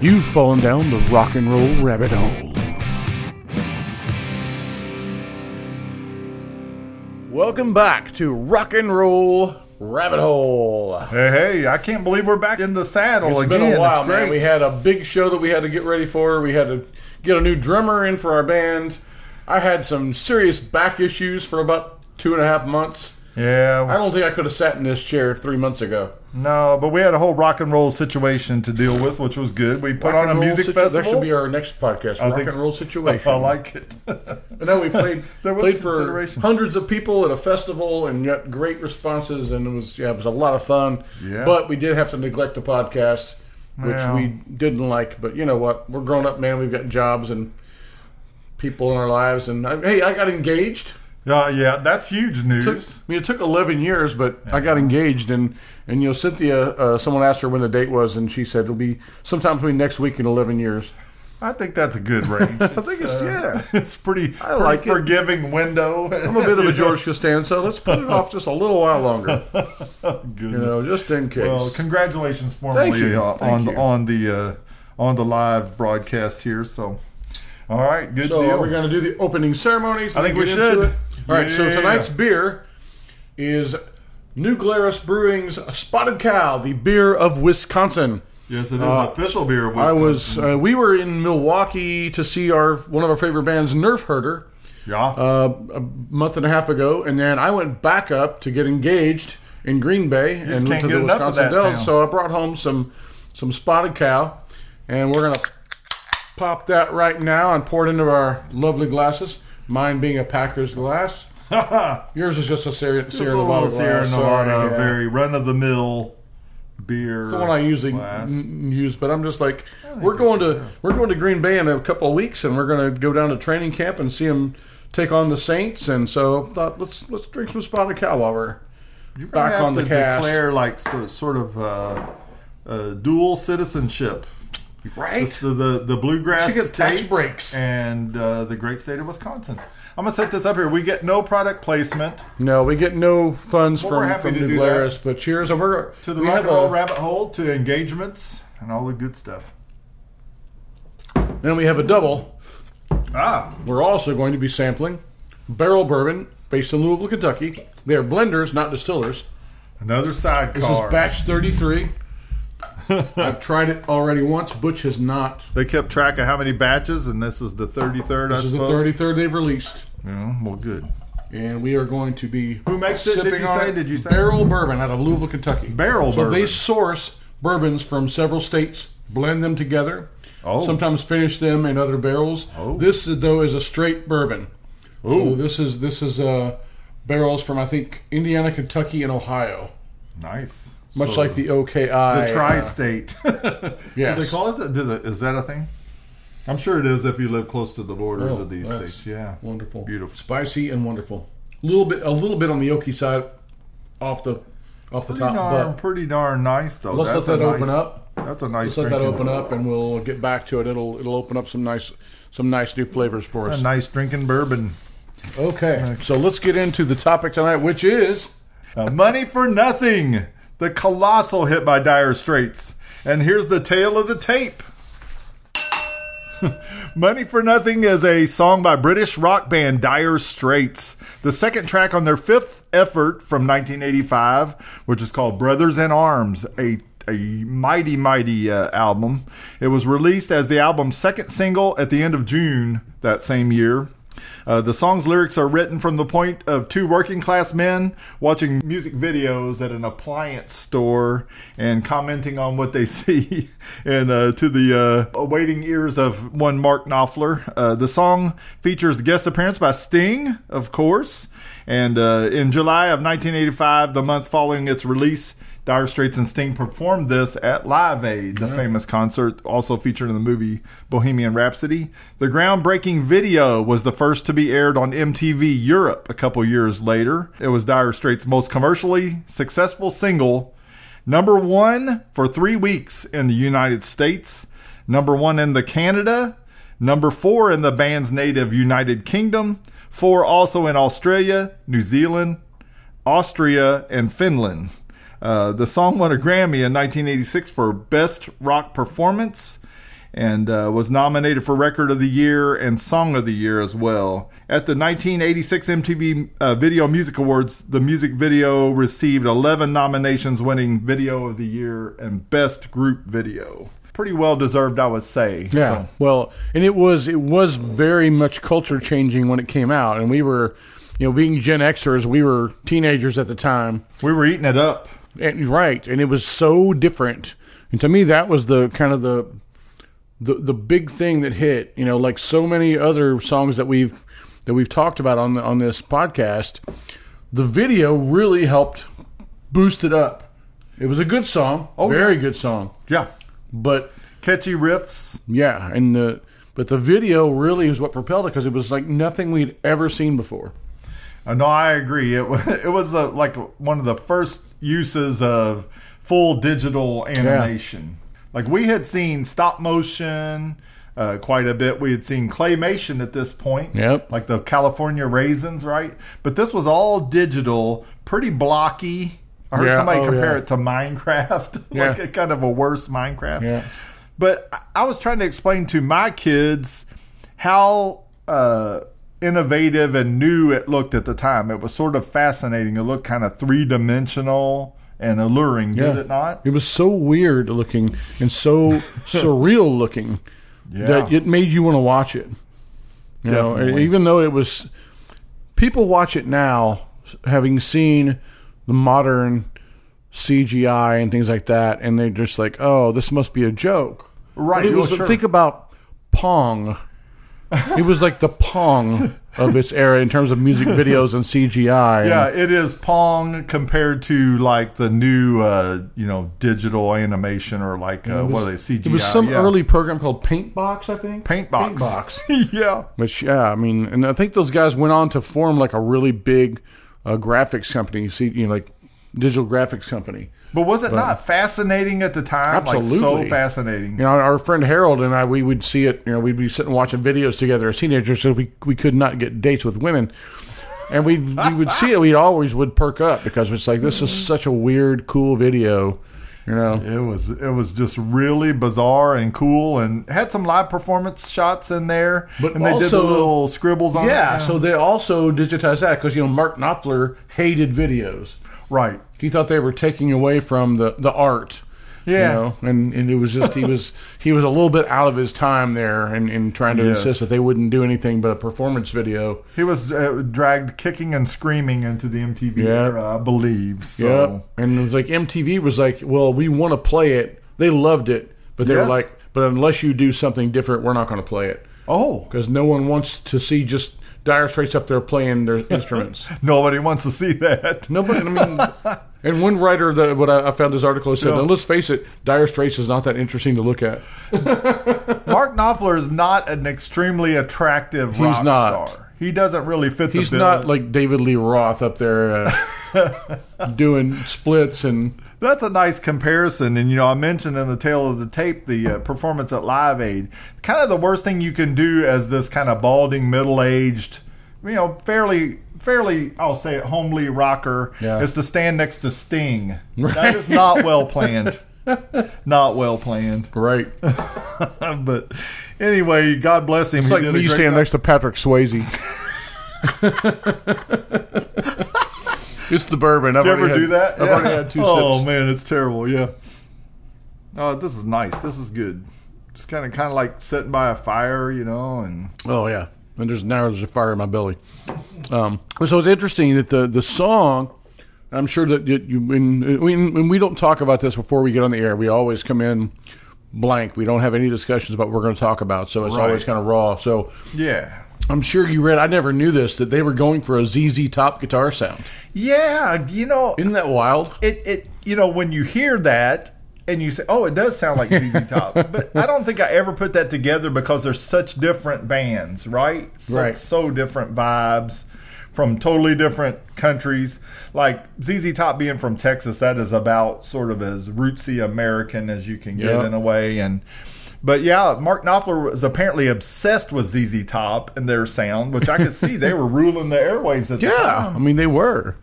You've fallen down the rock and roll rabbit hole. Welcome back to Rock and Roll Rabbit Hole. Hey, hey, I can't believe we're back in the saddle It's again. been a while, it's great. man. We had a big show that we had to get ready for. We had to get a new drummer in for our band. I had some serious back issues for about two and a half months. yeah, I don't think I could have sat in this chair three months ago. no, but we had a whole rock and roll situation to deal with, which was good. We put Rock on a and roll music situ- That festival. should be our next podcast. rock think- and roll situation. I like it. And then we played There was played for consideration. hundreds of people at a festival, and got great responses, and it was yeah, it was a lot of fun. Yeah. But we did have to neglect the podcast, which Yeah. we didn't like. But you know what? We're grown up, man. We've got jobs and people in our lives, and I, hey, I got engaged. Yeah, yeah, that's huge news. Took, I mean, it took eleven years, but I got engaged, and and you know, Cynthia. Uh, someone asked her when the date was, and she said it'll be sometime between next week and eleven years. I think that's a good range. I think it's- yeah. it's pretty. I like it. forgiving window. I'm a bit of a George Costanza. Let's put it off just a little while longer, you know, just in case. Well, congratulations formally Thank you. uh, Thank on you. on the uh, on the live broadcast here. So, all right, good So deal. are we going to do the opening ceremonies? and I think we get into should. it? All right. So Yeah. tonight's beer is New Glarus Brewing's Spotted Cow, the beer of Wisconsin. yes, it is official beer. Of Uh, I was. Uh, we were in Milwaukee to see our one of our favorite bands, Nerf Herder, yeah. uh, a month and a half ago, and then I went back up to get engaged in Green Bay and just went can't to get the enough of Wisconsin that Dells. town. So I brought home some some Spotted Cow, and we're gonna pop that right now and pour it into our lovely glasses. Mine being a Packers glass. Yours is just a Sierra, Sierra Just a Nevada little Sierra glass. Sorry, Nevada, yeah. very run of the mill beer. It's the one I usually glass. n- use, but I'm just like we're going to we're going to Green Bay in a couple of weeks, and we're going to go down to training camp and see them take on the Saints. And so I thought let's let's drink some spotted cow while we're You're gonna back have on to the cast. declare like so, sort of uh, uh, dual citizenship. It's right. the, the the bluegrass She gets tax state breaks. and uh, the great state of Wisconsin. I'm gonna set this up here. We get no product placement No, we get no funds we're from happy from to do New Glarus, but cheers, and we're to the we rock have and roll a- rabbit hole to engagements and all the good stuff. then we have a double. Ah, We're also going to be sampling barrel bourbon based in Louisville, Kentucky. They are blenders, not distillers. another sidecar. This is batch 33. I've tried it already once. Butch has not. They kept track of how many batches, and this is the 33rd. I This is the suppose. 33rd they've released. Yeah, well, good. and we are going to be Who makes it? Did sipping you on say? it. Did you say? barrel bourbon out of Louisville, Kentucky? Barrel So they bourbon. source bourbons from several states, blend them together, Oh. sometimes finish them in other barrels. Oh. This though is a straight bourbon. So Ooh. this is this is uh, barrels from I think Indiana, Kentucky, and Ohio. Nice. Much So- like the OKI, the tri-state. yes. Do they call it? The, does it- is that a thing? I'm sure it is if you live close to the borders Oh, of these that's states. Yeah. wonderful, Beautiful. spicy and wonderful. A little bit, a little bit on the oaky side, off the off the Pretty top, darn, but pretty darn nice though. Let's That's let that a open nice- up. That's a Let's nice. let that drinking- open up, and we'll get back to it. It'll it'll open up some nice some nice new flavors for A us. nice drinking bourbon. Okay, so let's get into the topic tonight, which is Uh, Money for nothing. The colossal hit by Dire Straits. And here's the tale of the tape. Money for Nothing is a song by British rock band Dire Straits, the second track on their fifth effort from 1985, which is called Brothers in Arms, a a mighty, mighty uh, album. It was released as the album's second single at the end of June that same year. Uh, the song's lyrics are written from the point of two working class men watching music videos at an appliance store and commenting on what they see, and uh, to the uh, awaiting ears of one Mark Knopfler. Uh, the song features guest appearance by Sting, of course, and uh, in July of 1985, the month following its release. Dire Straits and Sting performed this at Live Aid, the famous concert also featured in the movie Bohemian Rhapsody. The groundbreaking video was the first to be aired on MTV Europe a couple years later. It was Dire Straits' most commercially successful single, number one for three weeks in the United States, number one in the Canada, number four in the band's native United Kingdom, four also in Australia, New Zealand, Austria, and Finland. Uh, the song won a Grammy in 1986 for Best Rock Performance and uh, was nominated for Record of the Year and Song of the Year as well. At the 1986 MTV uh, Video Music Awards, the music video received 11 nominations, winning Video of the Year and Best Group Video. Pretty well deserved, I would say. Yeah. So, Well, and it was it was very much culture changing when it came out, and we were, you know, being Gen Xers, we were teenagers at the time, we were eating it up. and right, and it was so different. And to me, that was the kind of the the the big thing that hit. You know, like so many other songs that we've that we've talked about on the, on this podcast, the video really helped boost it up. It was a good song, very good song, Yeah. but Catchy riffs. yeah, and the but the video really is what propelled it because it was like nothing we'd ever seen before. Uh, no, I agree. It was it was uh like one of the first uses of full digital animation. Like we had seen stop motion uh, quite a bit. We had seen claymation at this point. Yep. Like the California raisins, right? But this was all digital, pretty blocky. I heard Yeah. somebody Oh, compare yeah. it to Minecraft, like Yeah. a kind of a worse Minecraft. Yeah. But I- I was trying to explain to my kids how uh, innovative and new it looked at the time. It was sort of fascinating. It looked kind of three dimensional and alluring, did Yeah. it not? It was so weird looking and so surreal looking that Yeah. it made you want to watch it. You know, and Definitely. even though it was, people watch it now, having seen the modern CGI and things like that, and they're just like, "Oh, this must be a joke." Right, But it well, was sure. think about Pong. it was like the Pong of its era in terms of music videos and CGI. Yeah, it is Pong compared to like the new, uh, you know, digital animation or like uh, what are they CGI? It was some yeah. early program called Paintbox, I think. Paintbox. Paintbox. yeah, Which, yeah, I mean, and I think those guys went on to form like a really big uh, graphics company, see, you know, like digital graphics company. but was it not fascinating at the time? Like so Absolutely. fascinating. You know, our friend Harold and I, we would see it, you know, we'd be sitting watching videos together as teenagers so we, we could not get dates with women. And we, we would see it, we always would perk up because it's like, this is such a weird, cool video, you know? It was it was just really bizarre and cool, and had some live performance shots in there. But and they did the also- little scribbles on. Yeah, it. so they also digitized that because, you know, Mark Knopfler hated videos. right. he thought they were taking away from the the art Yeah. you know and, and it was just he was he was a little bit out of his time there and, and trying to Yes. insist that they wouldn't do anything but a performance video He was uh, dragged kicking and screaming into the MTV Yeah. era, I believe. yeah So and it was like mtv was like well we want to play it they loved it but they were Yes. like but unless you do something different we're not going to play it oh, because no one wants to see just dire straits up there playing their instruments nobody wants to see that. Nobody. I mean, and one writer that what I, I found his article said, "Now, "Let's face it, Dire Straits is not that interesting to look at." Mark Knopfler is not an extremely attractive rock not. star. He doesn't really fit He's the bill. not like David Lee Roth up there uh, doing splits and That's a nice comparison. And, you know, I mentioned in the tail of the tape the uh, performance at Live Aid. Kind of the worst thing you can do as this kind of balding, middle aged, you know, fairly, fairly, I'll say it, homely rocker Yeah. is to stand next to Sting. That is not well planned. not well planned. right. It's but anyway, God bless him. It's like me standing next to Patrick Swayze. it's the bourbon. I've Did you ever already do had- that? I've Yeah. already had two Oh sips. man, it's terrible. Yeah. Oh, this is nice. This is good. It's kind of kind of like sitting by a fire, you know, and Oh yeah, and there's now there's a fire in my belly. Um, so it's interesting that the the song. I'm sure that that you when, when when we don't talk about this before we get on the air, we always come in blank. We don't have any discussions about what we're going to talk about, so it's Right. always kind of raw. So yeah, I'm sure you read. I never knew this that they were going for a ZZ Top guitar sound. yeah, you know, Isn't that wild? it it you know when you hear that and you say, oh, it does sound like ZZ Top, but I don't think I ever put that together because they're such different bands, right? So, Right. So different vibes from totally different countries. Like ZZ Top being from Texas, that is about sort of as rootsy American as you can get Yeah. in a way, and. But yeah, Mark Knopfler was apparently obsessed with ZZ Top and their sound, which I could see they were ruling the airwaves at the Yeah, time. I mean they were.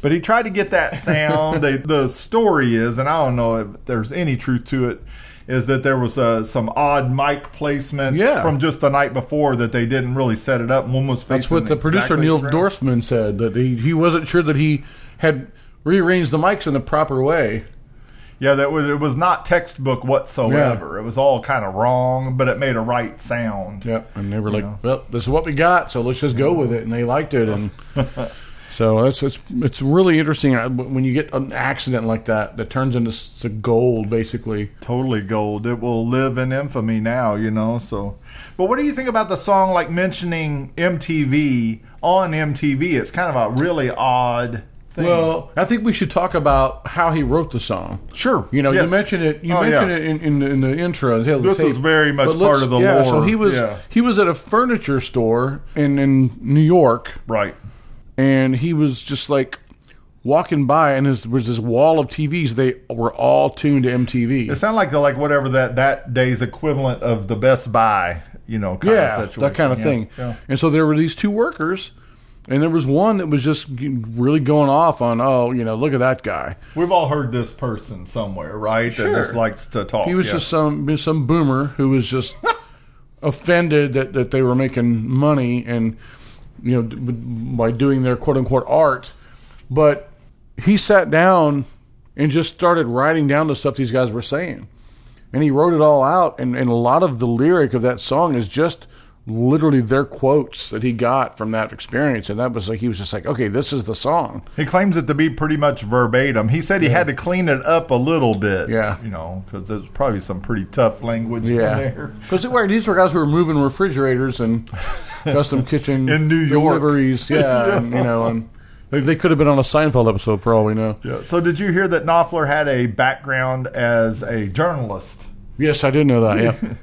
But he tried to get that sound. they, the story is, and I don't know if there's any truth to it, is that there was uh, some odd mic placement Yeah. from just the night before that they didn't really set it up. One was facing That's what the producer exactly Neil the ground. Dorfman said that he, he wasn't sure that he had rearranged the mics in the proper way. Yeah, that was, it was not textbook whatsoever. It was all kind of wrong, but it made a right sound. Yeah, and they were like, "Well, this is what we got, so let's just go with it." And they liked it, and so it's it's it's really interesting uh, when you get an accident like that that turns into s- to gold, basically. Totally gold. It will live in infamy now, you know. So, but what do you think about the song like mentioning MTV on MTV? It's kind of a really odd thing. Well, I think we should talk about how he wrote the song. sure. You know, Yes. you mentioned it. You Oh, yeah. mentioned it in, in, the- in the intro. the This tape. is very much But let's- part of the yeah, So lore. he was Yeah. he was at a furniture store in in New York, Right. and he was just like walking by, and there was this wall of TVs. They were all tuned to MTV. It sounded like the, like whatever that that day's equivalent of the Best Buy, you know, kind yeah, of situation. that kind of Yeah. thing. Yeah. And so there were these two workers, and there was one that was just g- really going off on, oh, you know, look at that guy. We've all heard this person somewhere, right? Sure. That just likes to talk. He was Oh, yeah. just some some boomer who was just offended that that they were making money and you know d- b- by doing their quote unquote art, but he sat down and just started writing down the stuff these guys were saying. And he wrote it all out, and, and a lot of the lyric of that song is just literally their quotes that he got from that experience. And that was like, he was just like, okay, this is the song. He claims it to be pretty much verbatim. He said he had to clean it up a little bit. Yeah. You know, because there's probably some pretty tough language in Yeah, there. because these were guys who were moving refrigerators and custom kitchen In New York. deliveries. Yeah, And, you know, and they, they could have been on a Seinfeld episode for all we know. Yeah. So, did you hear that Knopfler had a background as a journalist? Yes, I did know that. Yeah,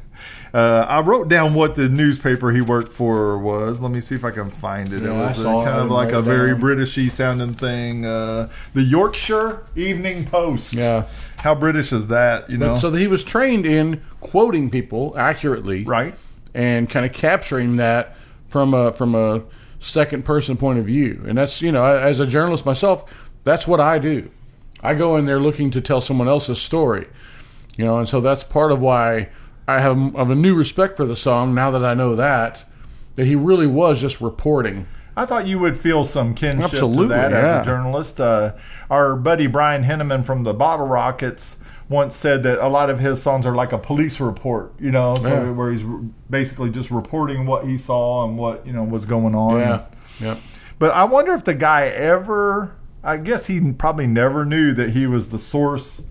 Uh, I wrote down what the newspaper he worked for was. Let me see if I can find it. Yeah, I it was a- saw it. kind I of didn't like write a it very down. Britishy sounding thing. Uh, the Yorkshire Evening Post. Yeah. How British is that? You know. so he was trained in quoting people accurately, right. and kind of capturing that from a from a second person point of view. And that's you know, as a journalist myself, that's what I do. I go in there looking to tell someone else's story, you know, and so that's part of why I have, have a new respect for the song now that I know that that he really was just reporting. I thought you would feel some kinship Absolutely, to that yeah. as a journalist. Uh, our buddy Brian Henneman from the Bottle Rockets once said that a lot of his songs are like a police report, you know, so Yeah. where he's re- basically just reporting what he saw and what you know was going on. Yeah, yeah. But I wonder if the guy ever. I guess he probably never knew that he was the source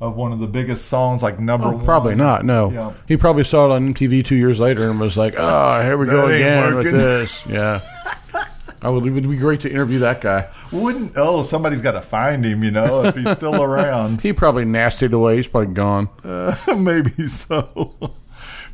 of one of the biggest songs, like number one. Oh, Probably not. No, Yeah. he probably saw it on MTV two years later and was like, "Oh, here we go That ain't again with working." this." Yeah, I would. It would be great to interview that guy. Wouldn't oh somebody's got to find him, you know, if he's still around. He probably nastied away. He's probably gone. Maybe so.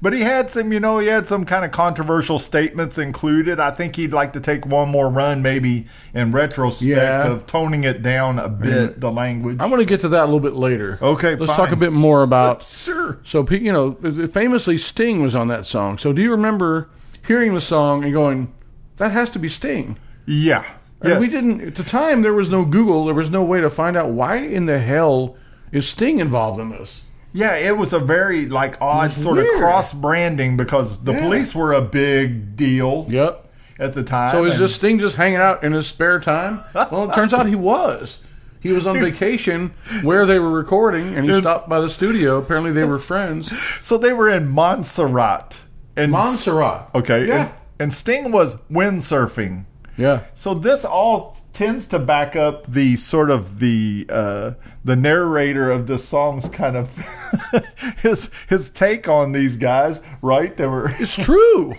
But he had some, you know, he had some kind of controversial statements included. I think he'd like to take one more run, maybe in retrospect, Yeah. of toning it down a bit, the language. I'm going to get to that a little bit later. Okay, let's fine. talk a bit more about. sure. So pe- you know, famously Sting was on that song. So do you remember hearing the song and going, "That has to be Sting"? Yeah. And Yes. we didn't at the time. There was no Google. There was no way to find out why in the hell is Sting involved in this. Yeah, it was a very like odd sort of weird. cross branding because Mm-hmm. the Yeah. police were a big deal Yep. at the time. So is and- this Sting just hanging out in his spare time? Well, it turns out he was. He was on vacation where they were recording, and he stopped by the studio. Apparently, they were friends. so they were in Montserrat and Montserrat. Okay, Yeah. and, and Sting was windsurfing. Yeah. So this all tends to back up the sort of the uh, the narrator of the song's kind of his his take on these guys, right? They were It's true.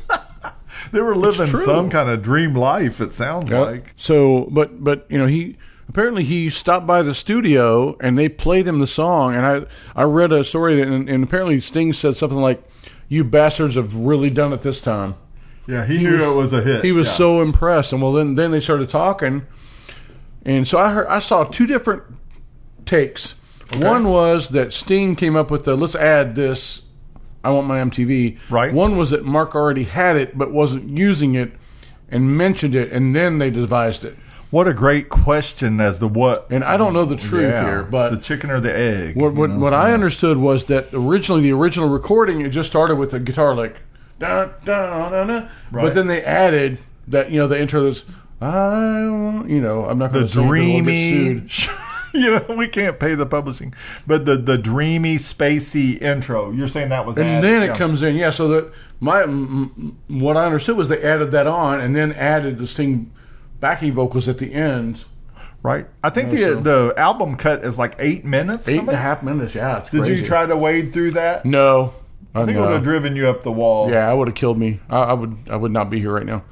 they were living true. some kind of dream life. It sounds like. So, but but you know he apparently he stopped by the studio and they played him the song and I I read a story and, and apparently Sting said something like, "You bastards have really done it this time." Yeah, he, knew it was a hit. He was yeah. so impressed, and well then then they started talking, and so I heard I saw two different takes. One was that Sting came up with the "Let's add this." I want my MTV. Right. One was that Mark already had it but wasn't using it, and mentioned it, and then they devised it. What a great question as to what And I don't know the truth Yeah, here, but the chicken or the egg. What, you what, know? what I understood was that originally the original recording it just started with a guitar lick, dun, dun, dun, dun, Right. but then they added that you know the intro is I want-" you know I'm not going the to sing it, but we'll get dreamy. sued. you know, we can't pay the publishing, but the the dreamy, spacey intro. You're saying that was and added, then it yeah. comes in yeah so that my m- m- what I understood was they added that on and then added the sting backing vocals at the end right. I think the the album cut is like eight minutes. eight and somebody- a half minutes yeah it's Did crazy. you try to wade through that? no I think it would have driven you up the wall. yeah I would have killed me I, I would I would not be here right now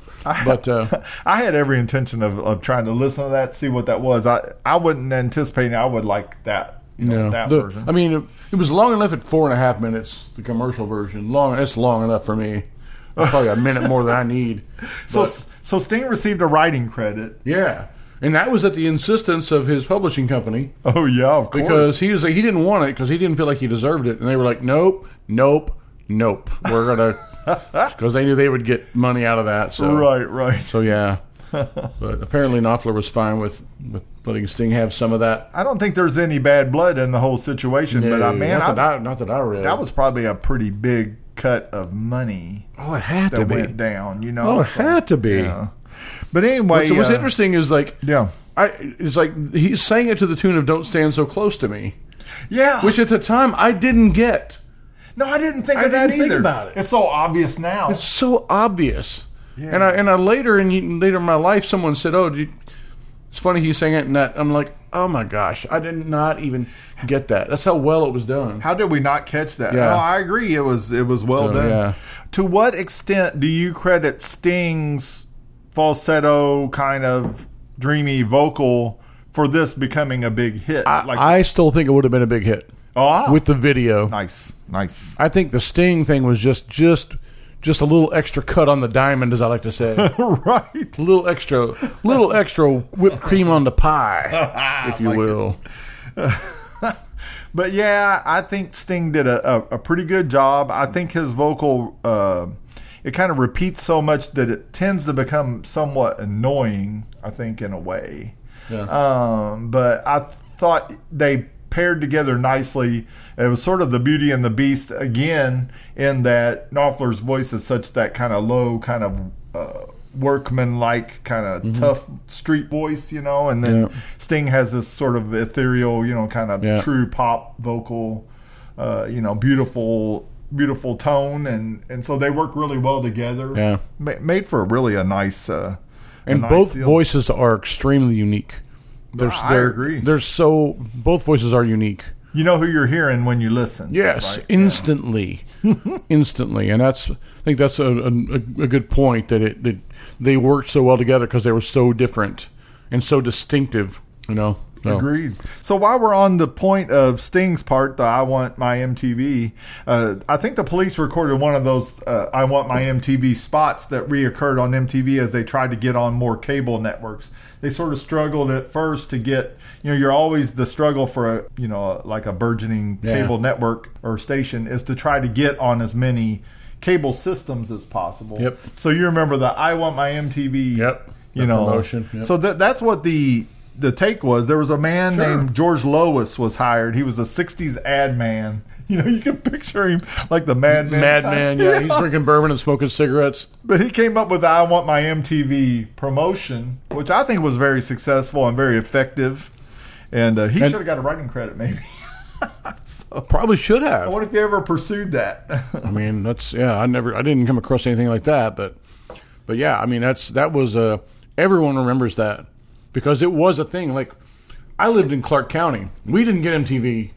but uh, I had every intention of, of trying to listen to that, see what that was. I, I wasn't anticipating I would like that, you know, Yeah. that The- version. I mean, it, it was long enough at four and a half minutes. The commercial version, long. It's long enough for me. Probably a minute more than I need. so, But, so Sting received a writing credit. yeah, and that was at the insistence of his publishing company Oh yeah, of course. because he was like he didn't want it because he didn't feel like he deserved it, and they were like, nope, nope, nope. We're gonna because they knew they would get money out of that. So right, right. so yeah. but apparently Knopfler was fine with, with letting Sting have some of that. I don't think there's any bad blood in the whole situation, but I man, not, I, that I, not that I read. that was probably a pretty big cut of money oh, it had that went down. You know, Oh, it had to be. Yeah. But anyway, So what's uh, interesting is like Yeah, I it's like he sang it to the tune of "Don't Stand So Close to Me," yeah. which at the time I didn't get. no, I didn't think I of that didn't think either. about it. It's so obvious now. It's so obvious. And I and I later in later in my life, someone said, "Oh, did you, it's funny he sang it." And that I'm like, "Oh my gosh, I did not even get that." That's how well it was done. How did we not catch that? Yeah. No, I agree. It was it was well So, done. yeah. To what extent do you credit Sting's falsetto kind of dreamy vocal for this becoming a big hit? like I still think it would have been a big hit oh, ah, with the video. nice, nice. I think the Sting thing was just just just a little extra cut on the diamond, as I like to say. right. A little extra, little extra whipped cream on the pie, if you will. Ah, But yeah, I think Sting did a, a, a pretty good job. I think his vocal uh, it kind of repeats so much that it tends to become somewhat annoying, I think, in a way. Yeah. Um, but I thought they paired together nicely. It was sort of the Beauty and the Beast again, in that Knopfler's voice is such that kind of low, kind of uh, workman-like, kind of tough street voice, you know. And then Mm-hmm. Yeah. Sting has this sort of ethereal, you know, kind of Yeah. true pop vocal, uh, you know, beautiful. Beautiful tone, and and so they work really well together. Yeah. Ma- made for really a nice uh, a and nice both deal. voices are extremely unique. There's, I they're, agree. They're so both voices are unique. You know who you're hearing when you listen. Yes, right? instantly, instantly, and that's I think that's a, a, a good point that it that they worked so well together because they were so different and so distinctive. You know. So, Agreed. So while we're on the point of Sting's part, the I Want My MTV, uh, I think the police recorded one of those uh, I Want My MTV spots that reoccurred on MTV as they tried to get on more cable networks. They sort of struggled at first to get, you know, you're always the struggle for a, you know, like a burgeoning Yeah. cable network or station is to try to get on as many cable systems as possible. Yep. So you remember the I Want My MTV Yep. you The know promotion, yep. so that that's what the the take was there was a man named george lois was hired he was a 60s ad man you know you can picture him like the madman Madman, yeah, he's drinking bourbon and smoking cigarettes. but he came up with the i want my mtv promotion which i think was very successful and very effective and uh, he should have got a writing credit maybe Probably should have. what if he ever pursued that I mean, that's yeah. I never, I didn't come across anything like that, but, but yeah. I mean, that's that was uh, everyone remembers that because it was a thing. Like, I lived in Clark County. We didn't get MTV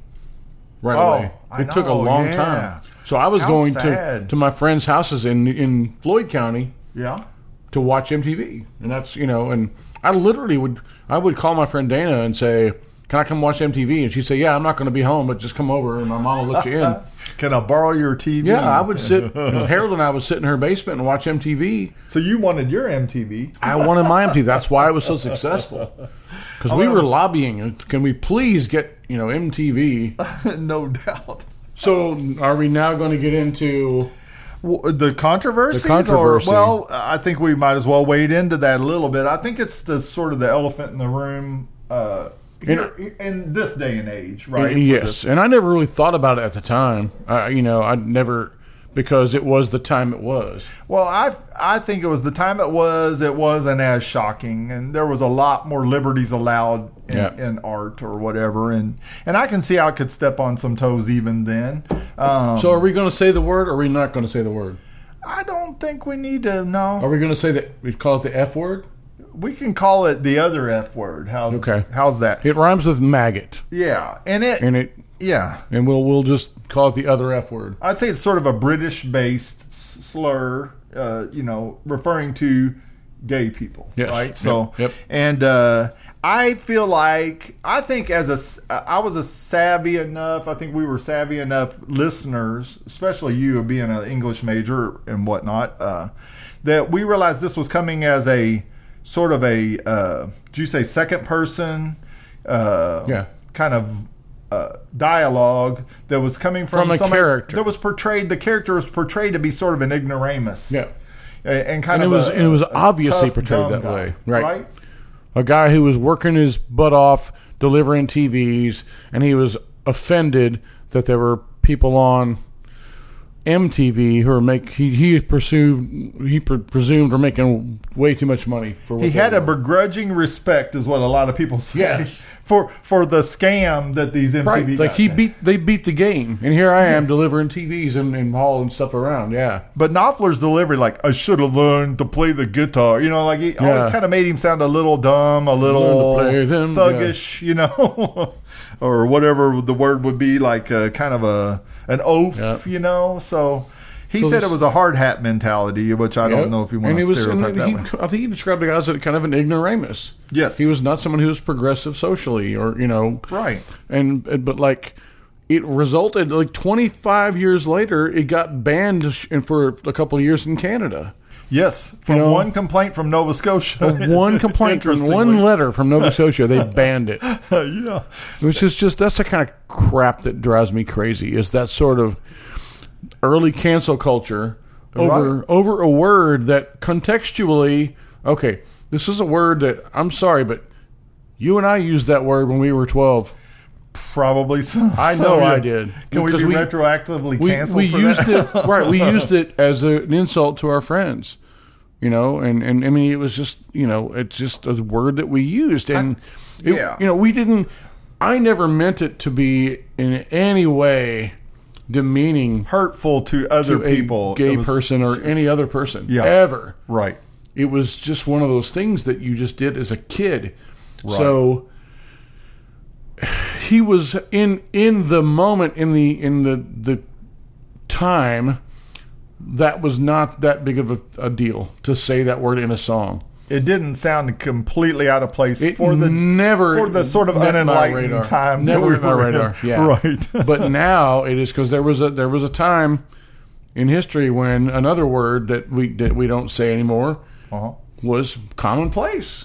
right Oh, away. I It took a know, long yeah. time. So I was How going to sad. to my friends' houses in in Floyd County yeah to watch MTV, and that's you know, and I literally would I would call my friend Dana and say. Can I come watch MTV? And she'd say, "Yeah, I'm not going to be home, but just come over, and my mom will let you in." can i borrow your tv Yeah, I would sit. you know, Harold and I would sit in her basement and watch MTV. so you wanted your mtv I wanted my MTV. That's why it was so successful. Because we were lobbying. Can we please get you know MTV? no doubt So are we now going to get into W- The controversies, The controversy. or well, I think we might as well wade into that a little bit. I think it's the sort of the elephant in the room uh, here in this day and age, right? For yes, and I never really thought about it at the time. I, you know, I never because it was the time it was. Well, I I think it was the time it was. It wasn't as shocking, and there was a lot more liberties allowed in, Yeah. in art or whatever. And and I can see I could step on some toes even then. Um, So, are we going to say the word, or are we not going to say the word? I don't think we need to. Are No, we going to say that we call it the F word? we can call it the other F word. How's Okay. How's that? It rhymes with maggot, Yeah, and it. and it yeah, and we'll we'll just call it the other F word. I'd say it's sort of a British-based s- slur. Uh, you know, referring to gay people. Yes. Right. So. Yep. Yep. And uh, I feel like I think as a s- I was a savvy enough. I think we were savvy enough listeners, especially you being an English major and whatnot, uh, that we realized this was coming as a sort of a. Uh, did you say second person? Uh, Yeah. Kind of. Uh, dialogue that was coming from, From a somebody character. that was portrayed. The character was portrayed to be sort of an ignoramus, Yeah. a- and kind And it of was- a- and it was a obviously tough, portrayed dumb that guy, way. Right. right? A guy who was working his butt off delivering TVs, and he was offended that there were people on MTV who were make he he pursued he pre- presumed were making way too much money for. What He they had a were. begrudging respect, is what a lot of people say, Yes. for for the scam that these MTV Right, like guys he had. beat they beat the game, and here I am delivering TVs and, and hauling stuff around. Yeah, But Knopfler's delivery, like I should have learned to play the guitar, you know, like he Yeah. always kind of made him sound a little dumb, a little play them, yeah. thuggish, you know, or whatever the word would be, like uh, kind of a an oaf, Yep. you know. So he So said this- it was a hard hat mentality, which I Yep. don't know if you want And he to was- stereotype and that he- way. I think he described the guy as a kind of an ignoramus. Yes. he was not someone who was progressive socially, or you know, Right. And and- but like, it resulted like 25 years later, it got banned sh- and for a couple of years in Canada. Yes, from know- one complaint from Nova Scotia. One complaint, from one Interestingly. letter from Nova Scotia, they banned it. yeah. which is just that's the kind of crap that drives me crazy is that sort of early cancel culture over Right. over a word that contextually okay this is a word that i'm sorry but you and i used that word when we were 12 Probably so. I so, know yeah. I did. Can we Because be we- retroactively we, canceled? we for used that? it right we used it as a, an insult to our friends you know and, and i mean it was just you know it's just a word that we used and it- yeah. you know we didn't i never meant it to be in any way demeaning Hurtful to other to a people. gay It was- person or any other person Yeah. ever Right. it was just one of those things that you just did as a kid so he was in in the moment in the in the the time that was not that big of a, a deal to say that word in a song It didn't sound completely out of place it for the never for the sort of met my unenlightened radar. time never that we met my were in. radar yeah Right. but now it is because there was a there was a time in history when another word that we that we don't say anymore uh-huh. was commonplace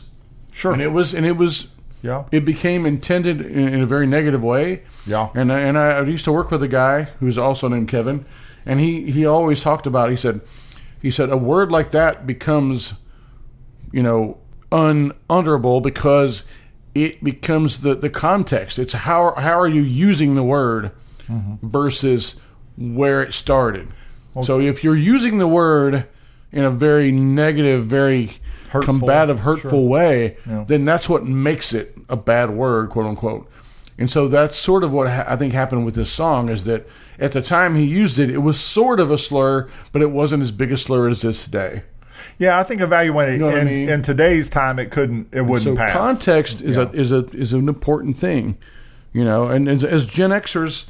Sure. and it was and it was yeah. it became intended in, in a very negative way Yeah. and I, and I used to work with a guy who's also named Kevin and he he always talked about he said he said a word like that becomes you know unutterable because it becomes the the context it's how how are you using the word versus where it started so if you're using the word in a very negative very Hurtful. combative hurtful way Yeah. then that's what makes it a bad word quote unquote and so that's sort of what ha- i think happened with this song is that at the time he used it it was sort of a slur but it wasn't as big a slur as it is today yeah, I think evaluating know what I in, mean? in today's time it couldn't it wouldn't so pass. context is Yeah. a is a is an important thing, you know. And, and as Gen Xers,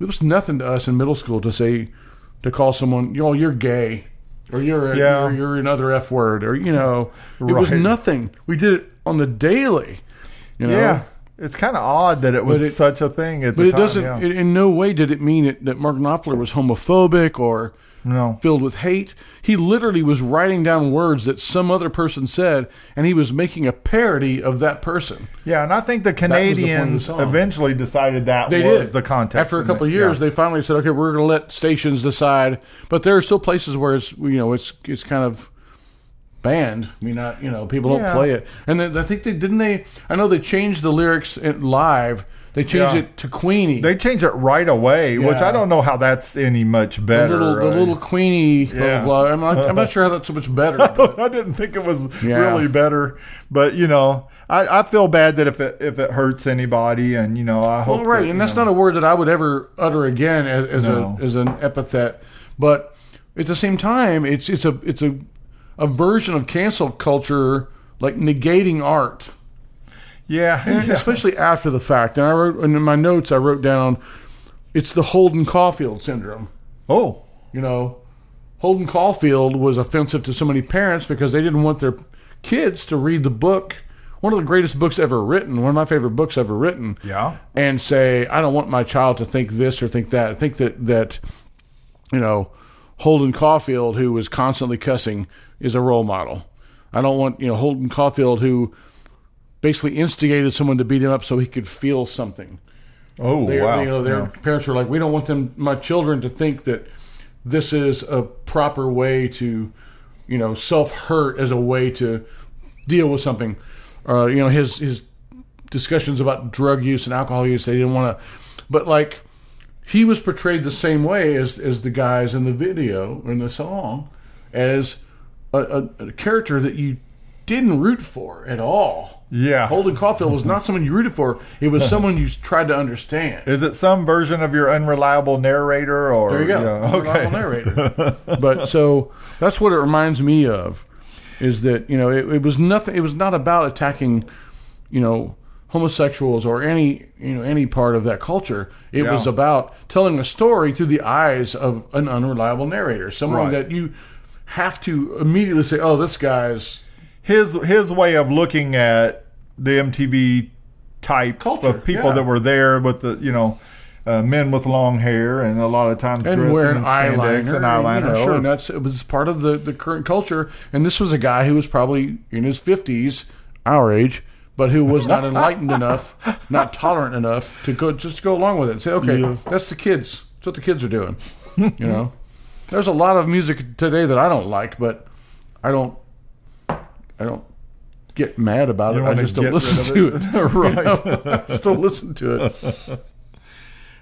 it was nothing to us in middle school to say to call someone, you know, you're gay, or you're a, Yeah. you're, you're another f word, or you know, it was Right. nothing. We did it on the daily, you know. Yeah. It's kind of odd that it was But it- such a thing at But the it time. doesn't. yeah. It, in no way did it mean it, that Mark Knopfler was homophobic or no. filled with hate. He literally was writing down words that some other person said, and he was making a parody of that person. Yeah, and I think the the point of the Canadians song. eventually decided that They was did the context. After a and couple it- of years, yeah. they finally said, "Okay, we're going to let stations decide." But there are still places where it's you know it's it's kind of banned. I mean, not you know people Yeah. don't play it. And then I think they didn't they. I know they changed the lyrics in- live. They changed Yeah. it to Queenie. they changed it right away, which Yeah. I don't know how that's any much the better. little, right? the little Queenie, blah, Yeah. blah, blah. I'm not, I'm not sure how that's so much better. but- I didn't think it was Yeah. really better, but you know, I, I feel bad that if it if it hurts anybody, and you know, I hope. Well, Oh, right, that, and that's not a word that I would ever utter again as, as No. a as an epithet. But at the same time, it's it's a it's a a version of cancel culture, like negating art, yeah, yeah. especially after the fact. And I wrote and in my notes, I wrote down, it's the Holden Caulfield syndrome. Oh, You know, Holden Caulfield was offensive to so many parents because they didn't want their kids to read the book, one of the greatest books ever written, one of my favorite books ever written yeah, and say, I don't want my child to think this or think that. I think that that you know Holden Caulfield, who was constantly cussing, is a role model. I don't want you know Holden Caulfield, who basically instigated someone to beat him up so he could feel something. oh They, wow, you know, their Yeah. parents were like, we don't want them, my children, to think that this is a proper way to, you know, self hurt as a way to deal with something. Uh, you know, his his discussions about drug use and alcohol use, they didn't want to, but like he was portrayed the same way as as the guys in the video in the song, as a, a, a character that you didn't root for at all. yeah. Holden Caulfield was not someone you rooted for. It was someone you tried to understand. Is it some version of your unreliable narrator? Or There you go. Yeah, Unreliable okay. narrator. But so that's what it reminds me of is that, you know, it, it was nothing it was not about attacking, you know, homosexuals or any you know, any part of that culture. It Yeah. was about telling a story through the eyes of an unreliable narrator. Someone Right. that you have to immediately say, Oh, this guy's His his way of looking at the MTV type Culture, of people yeah. that were there with the you know. Uh, men with long hair, and a lot of times and dressed wearing in eyeliner spandex and eyeliner. you know, sure, and that's it was part of the the current culture. And this was a guy who was probably in his fifties, our age, but who was not enlightened enough, not tolerant enough to go just go along with it. And say, okay, that's the kids. That's what the kids are doing. You know, there's a lot of music today that I don't like, but I don't, I don't get mad about it. You don't I wanna just don't get listen to rid it. of it. Right. You know? I just don't listen to it.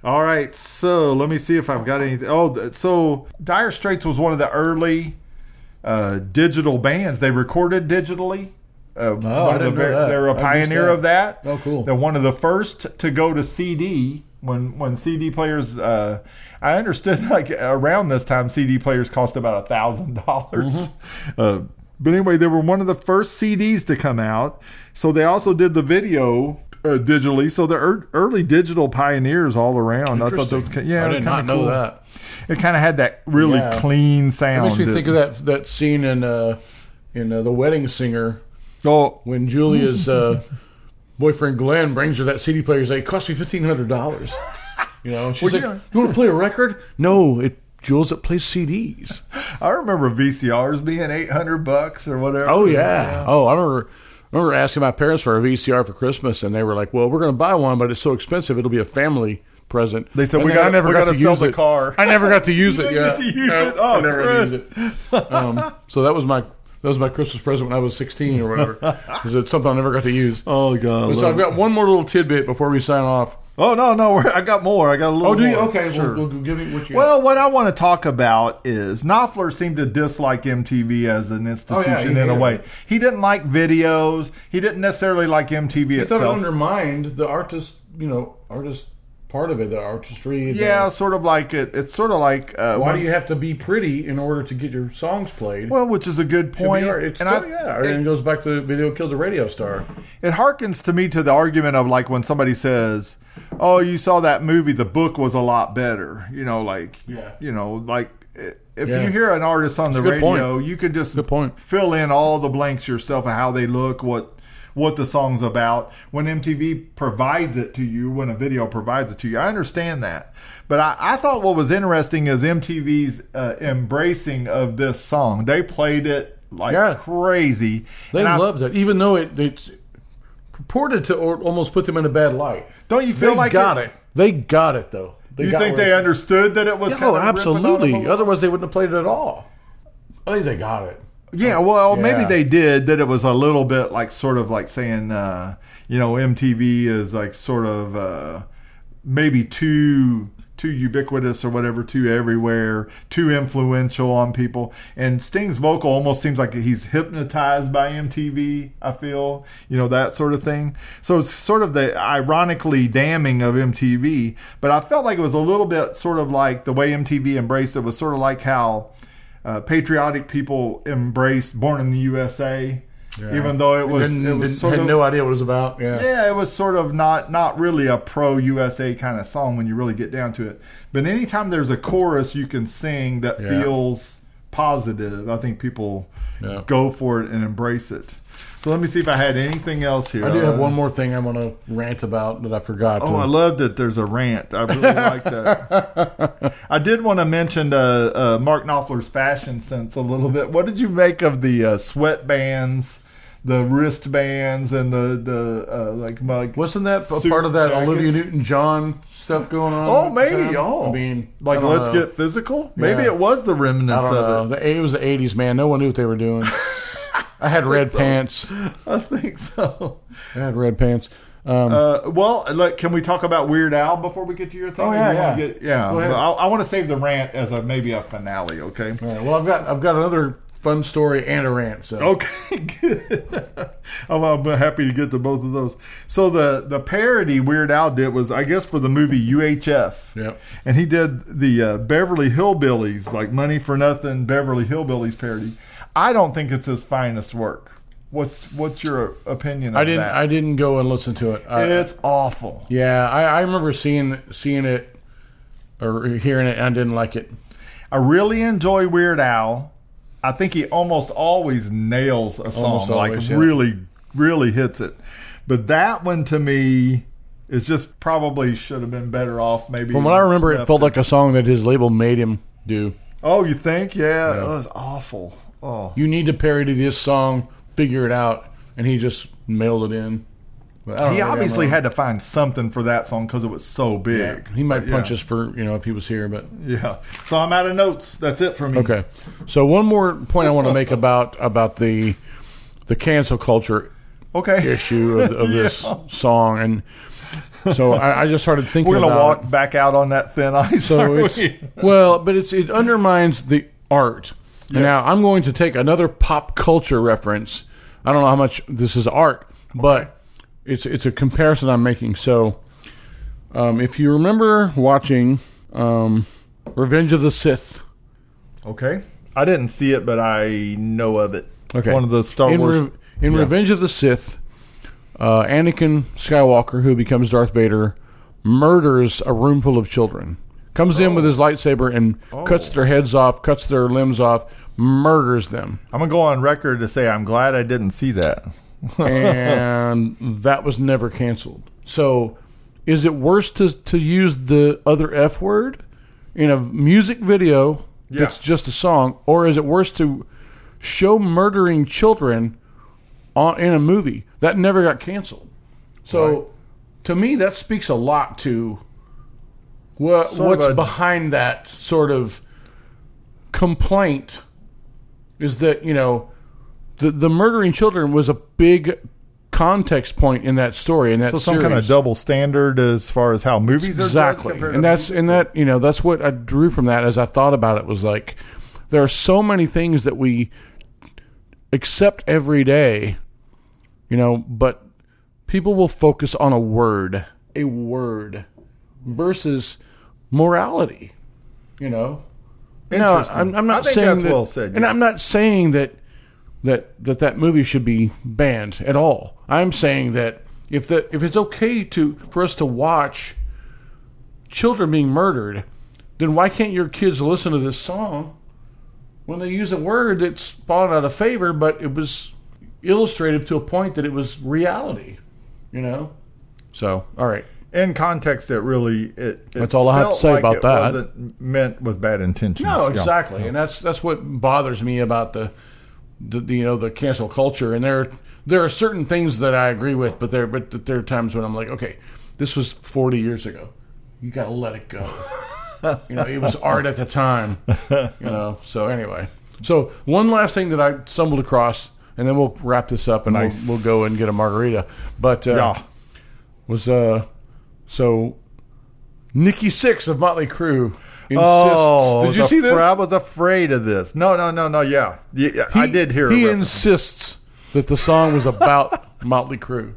All right, so let me see if I've got anything. Oh, th- so Dire Straits was one of the early uh, digital bands. They recorded digitally. Uh, one Oh, I didn't of the know ver- that. They're I a missed pioneer that. of that. Oh, cool. They're one of the first to go to CD when when CD players. Uh, I understood like around this time CD players cost about a thousand dollars. Mm-hmm. Uh, But anyway, they were one of the first CDs to come out. So they also did the video. Uh, digitally, so the er- early digital pioneers all around. I thought that was ki- yeah, I did kinda not know cool. that. It kind of had that really Yeah. clean sound. It makes me think of that didn't that scene in uh, in uh, the Wedding Singer it? Oh, when Julia's uh, boyfriend Glenn brings her that CD player. He's like, "It "Cost me fifteen hundred dollars." You know, and she's Well, like, you you, know- want to play a record?" No, it Jules it plays CDs. I remember VCRs being eight hundred bucks or whatever. Oh yeah. Oh, I remember. I remember asking my parents for a VCR for Christmas, and they were like, "Well, we're going to buy one, but it's so expensive, it'll be a family present." They said, And "We then I gotta- never we got gotta to sell use the it. car." I never got to use it. didn't Yeah, get to use No, it? Oh, I never got to use it. Um, so that was my that was my Christmas present when I was sixteen or whatever. Is it something I never got to use? Oh god. so I've got one more little tidbit before we sign off. oh no, no, we're- I got more. I got a little. Oh, do you? more. Okay, sure. well, well, give me what you. Well, what I want to talk about is Knopfler seemed to dislike MTV as an institution Oh, he in a hated way. it. He didn't like videos. He didn't necessarily like MTV I thought it itself. undermined the artist, you know, artist part of it, the artistry. the- yeah, sort of like it. It's sort of like uh, Why do you have to be pretty in order to get your songs played? well, which is a good point. VR, It's and still, I, yeah, and it goes back to video killed the radio star. it harkens to me to the argument of like when somebody says, "Oh, you saw that movie? The book was a lot better." You know, like Yeah. you know, like i- if Yeah. you hear an artist on the a good radio, you can just Good point. fill in all the blanks yourself of how they look, what what the song's about when MTV provides it to you, when a video provides it to you. I understand that. But I, I thought what was interesting is MTV's uh, embracing of this song. They played it like Yeah. crazy. They And I- loved it, even though it, it's purported to or almost put them in a bad light. Don't you feel they like got it. They got it though. They You got think where they it's- understood that it was kind Oh, of ripping on them? absolutely. Otherwise, they wouldn't have played it at all. I think they got it. Yeah, well, maybe Yeah. they did. That it was a little bit like sort of like saying, uh, you know, MTV is like sort of uh, maybe too too ubiquitous or whatever, too everywhere, too influential on people. And Sting's vocal almost seems like he's hypnotized by MTV. I feel, you know, that sort of thing. So it's sort of the ironically damning of MTV. But I felt like it was a little bit sort of like the way MTV embraced it was sort of like how uh, patriotic people embrace "Born in the USA," even though it was Didn't- it was didn't- sort had of no idea what it was about. Yeah. yeah, it was sort of not not really a pro USA kind of song when you really get down to it. But anytime there's a chorus you can sing that Yeah. feels positive, I think people Yeah. go for it and embrace it. So let me see if I had anything else here. I do have one more thing I want to rant about that I forgot. Oh, to- I love that there's a rant. I really like that. I did want to mention uh, uh, Mark Knopfler's fashion sense a little bit. What did you make of the uh, sweatbands, the wristbands, and the the uh, like like Wasn't that a Suit part of that jackets? Olivia Newton John stuff going on? Oh, at the maybe. time? Oh, I mean, like I don't let's know. get physical. Maybe Yeah. it was the remnants I of don't know. The, it was the '80s, man. No one knew what they were doing. I had red pants. it. I think so. I had red pants. Um, Uh, well, look, can we talk about Weird Al before we get to your thing? Oh, Or yeah, you wanna yeah. get- yeah. Go ahead. But I, I want to save the rant as a maybe a finale. Okay. all right, well, I've got I've got another fun story and a rant. So Okay, good. I'm, I'm happy to get to both of those. So the the parody Weird Al did was, I guess, for the movie UHF. Yep. And he did the uh, Beverly Hillbillies, like Money for Nothing, Beverly Hillbillies parody. I don't think it's his finest work. What's what's your opinion? I of didn't That? I didn't go and listen to it. I, it's awful. yeah, I, I remember seeing seeing it or hearing it. and I didn't like it. I really enjoy Weird Al. I think he almost always nails a song, Almost like always, yeah. really, really hits it. But that one to me is just probably should have been better off. Maybe From what I remember, it left felt like a song that his label made him do. Oh, you think? Yeah, it was awful. Oh, You need to parody this song, figure it out, and he just mailed it in. But I don't he know, maybe I'm obviously wrong. had to find something for that song because it was so big. He might But punch yeah, us for you know if he was here, but Yeah. So I'm out of notes. That's it for me. okay. So one more point I want to make about about the the cancel culture Okay. issue of, of this Yeah. song, and so I, I just started thinking. We're gonna about walk back out on that thin ice. So aren't it's we? well, but it's it undermines the art. And Now I'm going to take another pop culture reference. I don't know how much this is art, but it's it's a comparison I'm making. So um, if you remember watching um, Revenge of the Sith, Okay. I didn't see it, but I know of it. Okay. One of the Star in, Wars. Re- in yeah. Revenge of the Sith, uh, Anakin Skywalker, who becomes Darth Vader, murders a room full of children. Comes in with Oh. his lightsaber and cuts their heads off, cuts their limbs off, murders them. I'm going to go on record to say I'm glad I didn't see that. and that was never canceled. So, is it worse to to use the other F word in a music video Yeah. that's just a song, or is it worse to show murdering children on in a movie that never got canceled? So, to me, that speaks a lot to what Sort of what's a- behind that sort of complaint is that you know the the murdering children was a big context point in that story in that So some kind of series. double standard as far as how movies are judged exactly compared and to- that's and that you know that's what i drew from that as i thought about it was like there are so many things that we accept every day you know but people will focus on a word a word versus morality you know no Interesting. i'm, I'm I not think saying that's that- well said. and i'm not saying that that that that movie should be banned at all. I'm saying that if the if it's okay to for us to watch children being murdered, then why can't your kids listen to this song when they use a word that's fallen out of favor, but it was illustrative to a point that it was reality, you know. So, all right, In context, it really it, it That's all I have to felt say like about it that. Wasn't meant with bad intentions. no, Yeah. Oh, exactly, and that's that's what bothers me about the, the, the you know the cancel culture. And there there are certain things that I agree with, but there but there are times when I'm like, okay, this was 40 years ago, you got to let it go. you know, it was art at the time. You know, so anyway, so one last thing that I stumbled across. And then we'll wrap this up, and Nice. we'll, we'll go and get a margarita. But uh, Yeah. was uh so Nikki Six of Motley Crue insists. Oh, did you the see this? fr- I was afraid of this. No, no, no, no. Yeah, yeah yeah, I He- did hear. a He reference. insists that the song was about Motley Crue.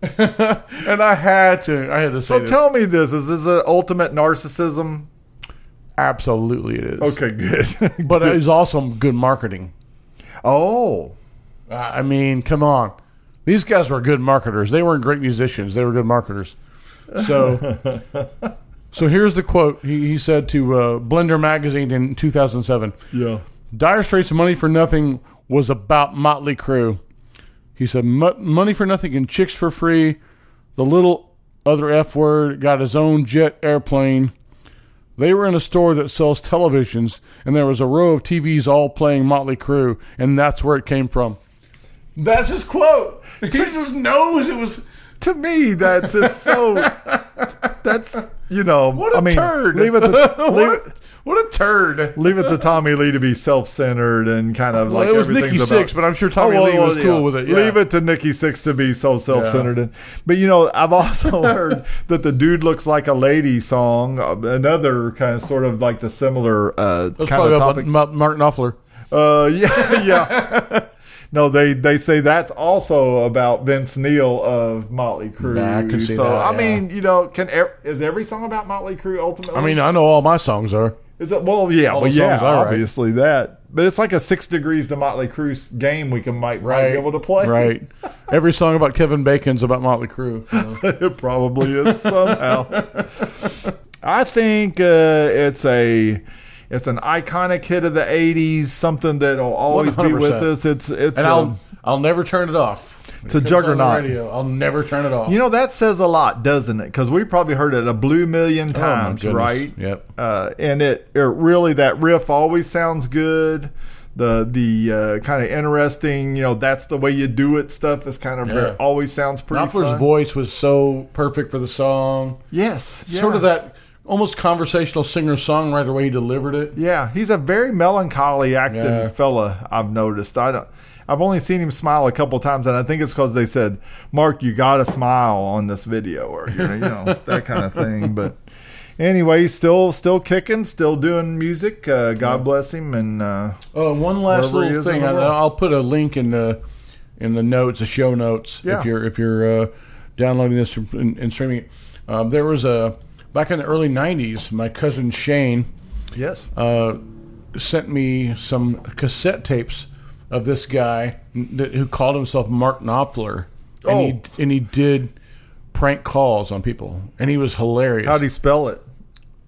and I had to I had to say so this. tell me this: is this the ultimate narcissism? Absolutely it is. Okay, good. But it was also good marketing. oh, Uh, I mean, come on. These guys were good marketers. They weren't great musicians. They were good marketers. So, so here's the quote he, he said to uh, Blender magazine in 2007. yeah. Dire Straits' Money for Nothing was about Motley Crue. He said, "Mo- Money for Nothing and Chicks for Free. The little other F word got his own jet airplane. They were in a store that sells televisions, and there was a row of TVs all playing Motley Crue, and that's where it came from. That's his quote. He just knows it was. To me, that's just so. that's you know. What a I mean, turd. leave it. To, leave what, it. what a turd. Leave it to Tommy Lee to be self-centered and kind of Well, like it was everything's Nikki about- Six, but I'm sure Tommy Oh, well, Lee was well, cool yeah. with it. Yeah. Leave it to Nikki Six to be so self-centered. And But you know, I've also heard that the dude looks like a lady song. uh, Another kind of sort of like the similar uh, That's kind probably of about topic. Ma- Martin Offler. Uh, yeah, yeah. No, they, they say that's also about Vince Neil of Motley Crue. Nah, I could see so that, I yeah. mean, you know, can ev- is every song about Motley Crue ultimately? I mean, I know all my songs are. Is it well? Yeah, All well, the yeah, songs are right. obviously that. But it's like a six degrees to Motley Crue game we can might, might be able to play. Right. Every song about Kevin Bacon's about Motley Crue. you know. it probably is somehow. I think uh, it's a it's an iconic hit of the '80s, something that'll always be with 100%. us. It's it's And a- I'll I'll never turn it off. It's a juggernaut. radio, I'll never turn it off. you know that says a lot, doesn't it? Because we probably heard it a blue million Oh, my times, goodness. right? Yep. uh, and it, it really that riff always sounds good. The the uh, kind of interesting, you know, that's the way you do it stuff is kind of Yeah. always sounds pretty. Knopfler's fun. voice was so perfect for the song. yes, Sort of yeah. that almost conversational singer songwriter way he delivered it. Yeah, he's a very melancholy acting Yeah. fella. I've noticed. I don't. I've only seen him smile a couple times, and I think it's because they said, "Mark, you got to smile on this video," or you know, you know that kind of thing. But anyway, still, still kicking, still doing music. Uh, God bless him, and uh, Uh, one last Wherever he little is in thing. the I, world. I'll put a link in the in the notes, the show notes. Yeah. If you're if you're uh, downloading this from- and, and streaming it, um, there was a back in the early '90s. My cousin Shane yes, uh, sent me some cassette tapes of this guy that, who called himself Mark Knopfler, and Oh. he and he did prank calls on people, and he was hilarious. How do you spell it?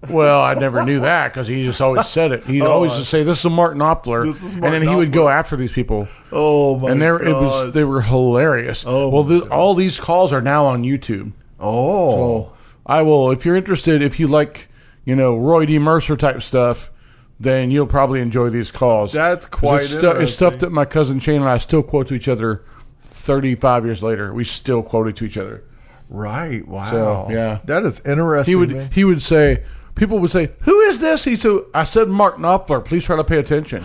Well, I never knew that because he just always said it. He'd always just say, "This is Martin Knopfler," Oh, This is and Mark then he would go after these people, Oh my! and there it was. gosh. They were hilarious. Oh, well, my th- all these calls are now on YouTube. oh, Well, I will. If you're interested, if you like, you know, Roy D. Mercer type stuff, then you'll probably enjoy these calls. that's 'Cause quite it's, stu- it's stuff interesting. that my cousin Shane and I still quote to each other. Thirty-five years later, we still quote it to each other. Right? Wow. So, yeah. that is interesting. He would man. he would say people would say, "Who is this?" He said, "I said Mark Knopfler. Please try to pay attention."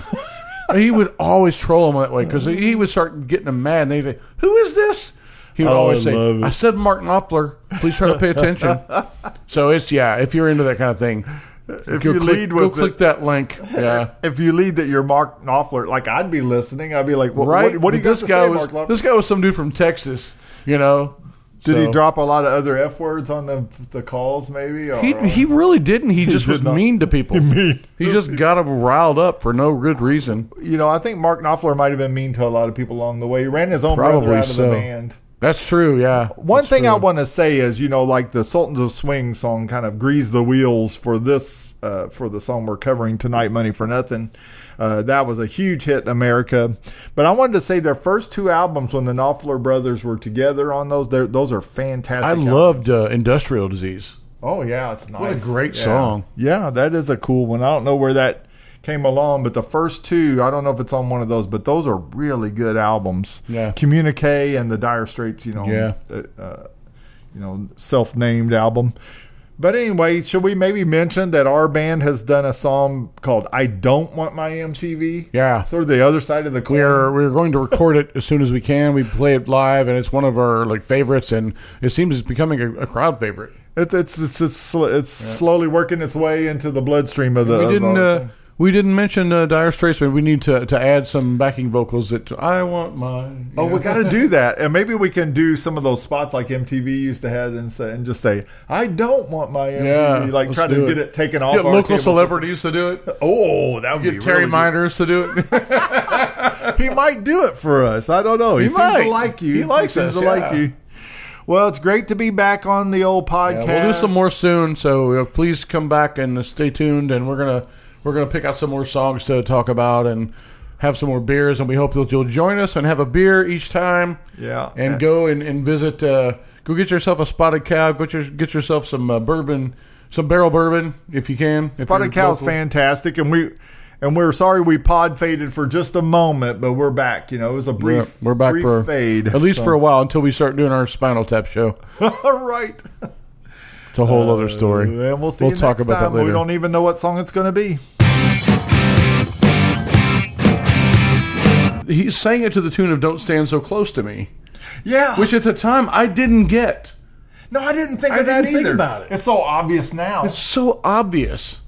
And he would always troll him that way because he would start getting them mad. And they'd say, "Who is this?" He would Oh, I always say, love it. "I said Mark Knopfler. Please try to pay attention." so it's yeah, if you're into that kind of thing, If go you click, lead go with click it- that link. Yeah. If you lead that you're Mark Knopfler, like I'd be listening, I'd be like, "What, Right, what, what do you But this got guy to say, was? Mark Knopfler?" This guy was some dude from Texas, you know. Did So- he drop a lot of other f words on the the calls? Maybe or, He, he really didn't. He, just did was not. mean to people. He, mean. just got him riled up for no good reason. you know, I think Mark Knopfler might have been mean to a lot of people along the way. He ran his own brother Probably out of so. the band. That's true. Yeah. One That's thing I true. want to say is, you know, like the Sultans of Swing song kind of greased the wheels for this uh, for the song we're covering tonight, Money for Nothing. Uh, that was a huge hit in America. But I wanted to say their first two albums when the Knopfler brothers were together on those, they're- those are fantastic. I albums. loved uh, Industrial Disease. Oh, yeah, it's nice. What a great Yeah. song. Yeah, that is a cool one. I don't know where that came along, but the first two, I don't know if it's on one of those, but those are really good albums. Yeah. Communique and the Dire Straits, you know. Yeah. Uh, uh, you know, self-named album. But anyway, should we maybe mention that our band has done a song called "I Don't Want My MTV"? Yeah. sort of the other side of the coin. We're we're going to record it as soon as we can. We play it live, and it's one of our like favorites, and it seems it's becoming a, a crowd favorite. It's it's it's it's, sl- it's slowly working its way into the bloodstream of the. We of didn't our- uh, we didn't mention uh, Dire Straits, but we need to, to add some backing vocals. That I want mine. Oh, we got to do that, and maybe we can do some of those spots like MTV used to have, and say, and just say, "I don't want my MTV." Yeah, like let's try to do get it. it taken off. Get our local cable system. celebrities to do it. Oh, that would Get be Terry really Miners to do it. good. He might do it for us. I don't know. He, He seems might. to like you. He likes seems us, to yeah. like you. Well, it's great to be back on the old podcast. Yeah, we'll do some more soon, so uh, please come back and uh, stay tuned. And we're gonna we're gonna pick out some more songs to talk about and have some more beers. And we hope that you'll join us and have a beer each time. Yeah, and go and, and visit. Uh, go get yourself a spotted cow. Get your get yourself some uh, bourbon, some barrel bourbon if you can. if Spotted you're Cow's local. fantastic, and we and we're sorry we pod faded for just a moment, but we're back. You know, it was a brief. Yeah, we're back brief for fade at least so. for a while until we start doing our Spinal Tap show. All right. It's a whole other story. And we'll see you talk next about time. that later. We don't even know what song it's going to be. He sang it to the tune of "Don't Stand So Close to Me," Yeah. which at the time I didn't get. no, I didn't think I of that didn't think either. about it. It's so obvious now. It's so obvious.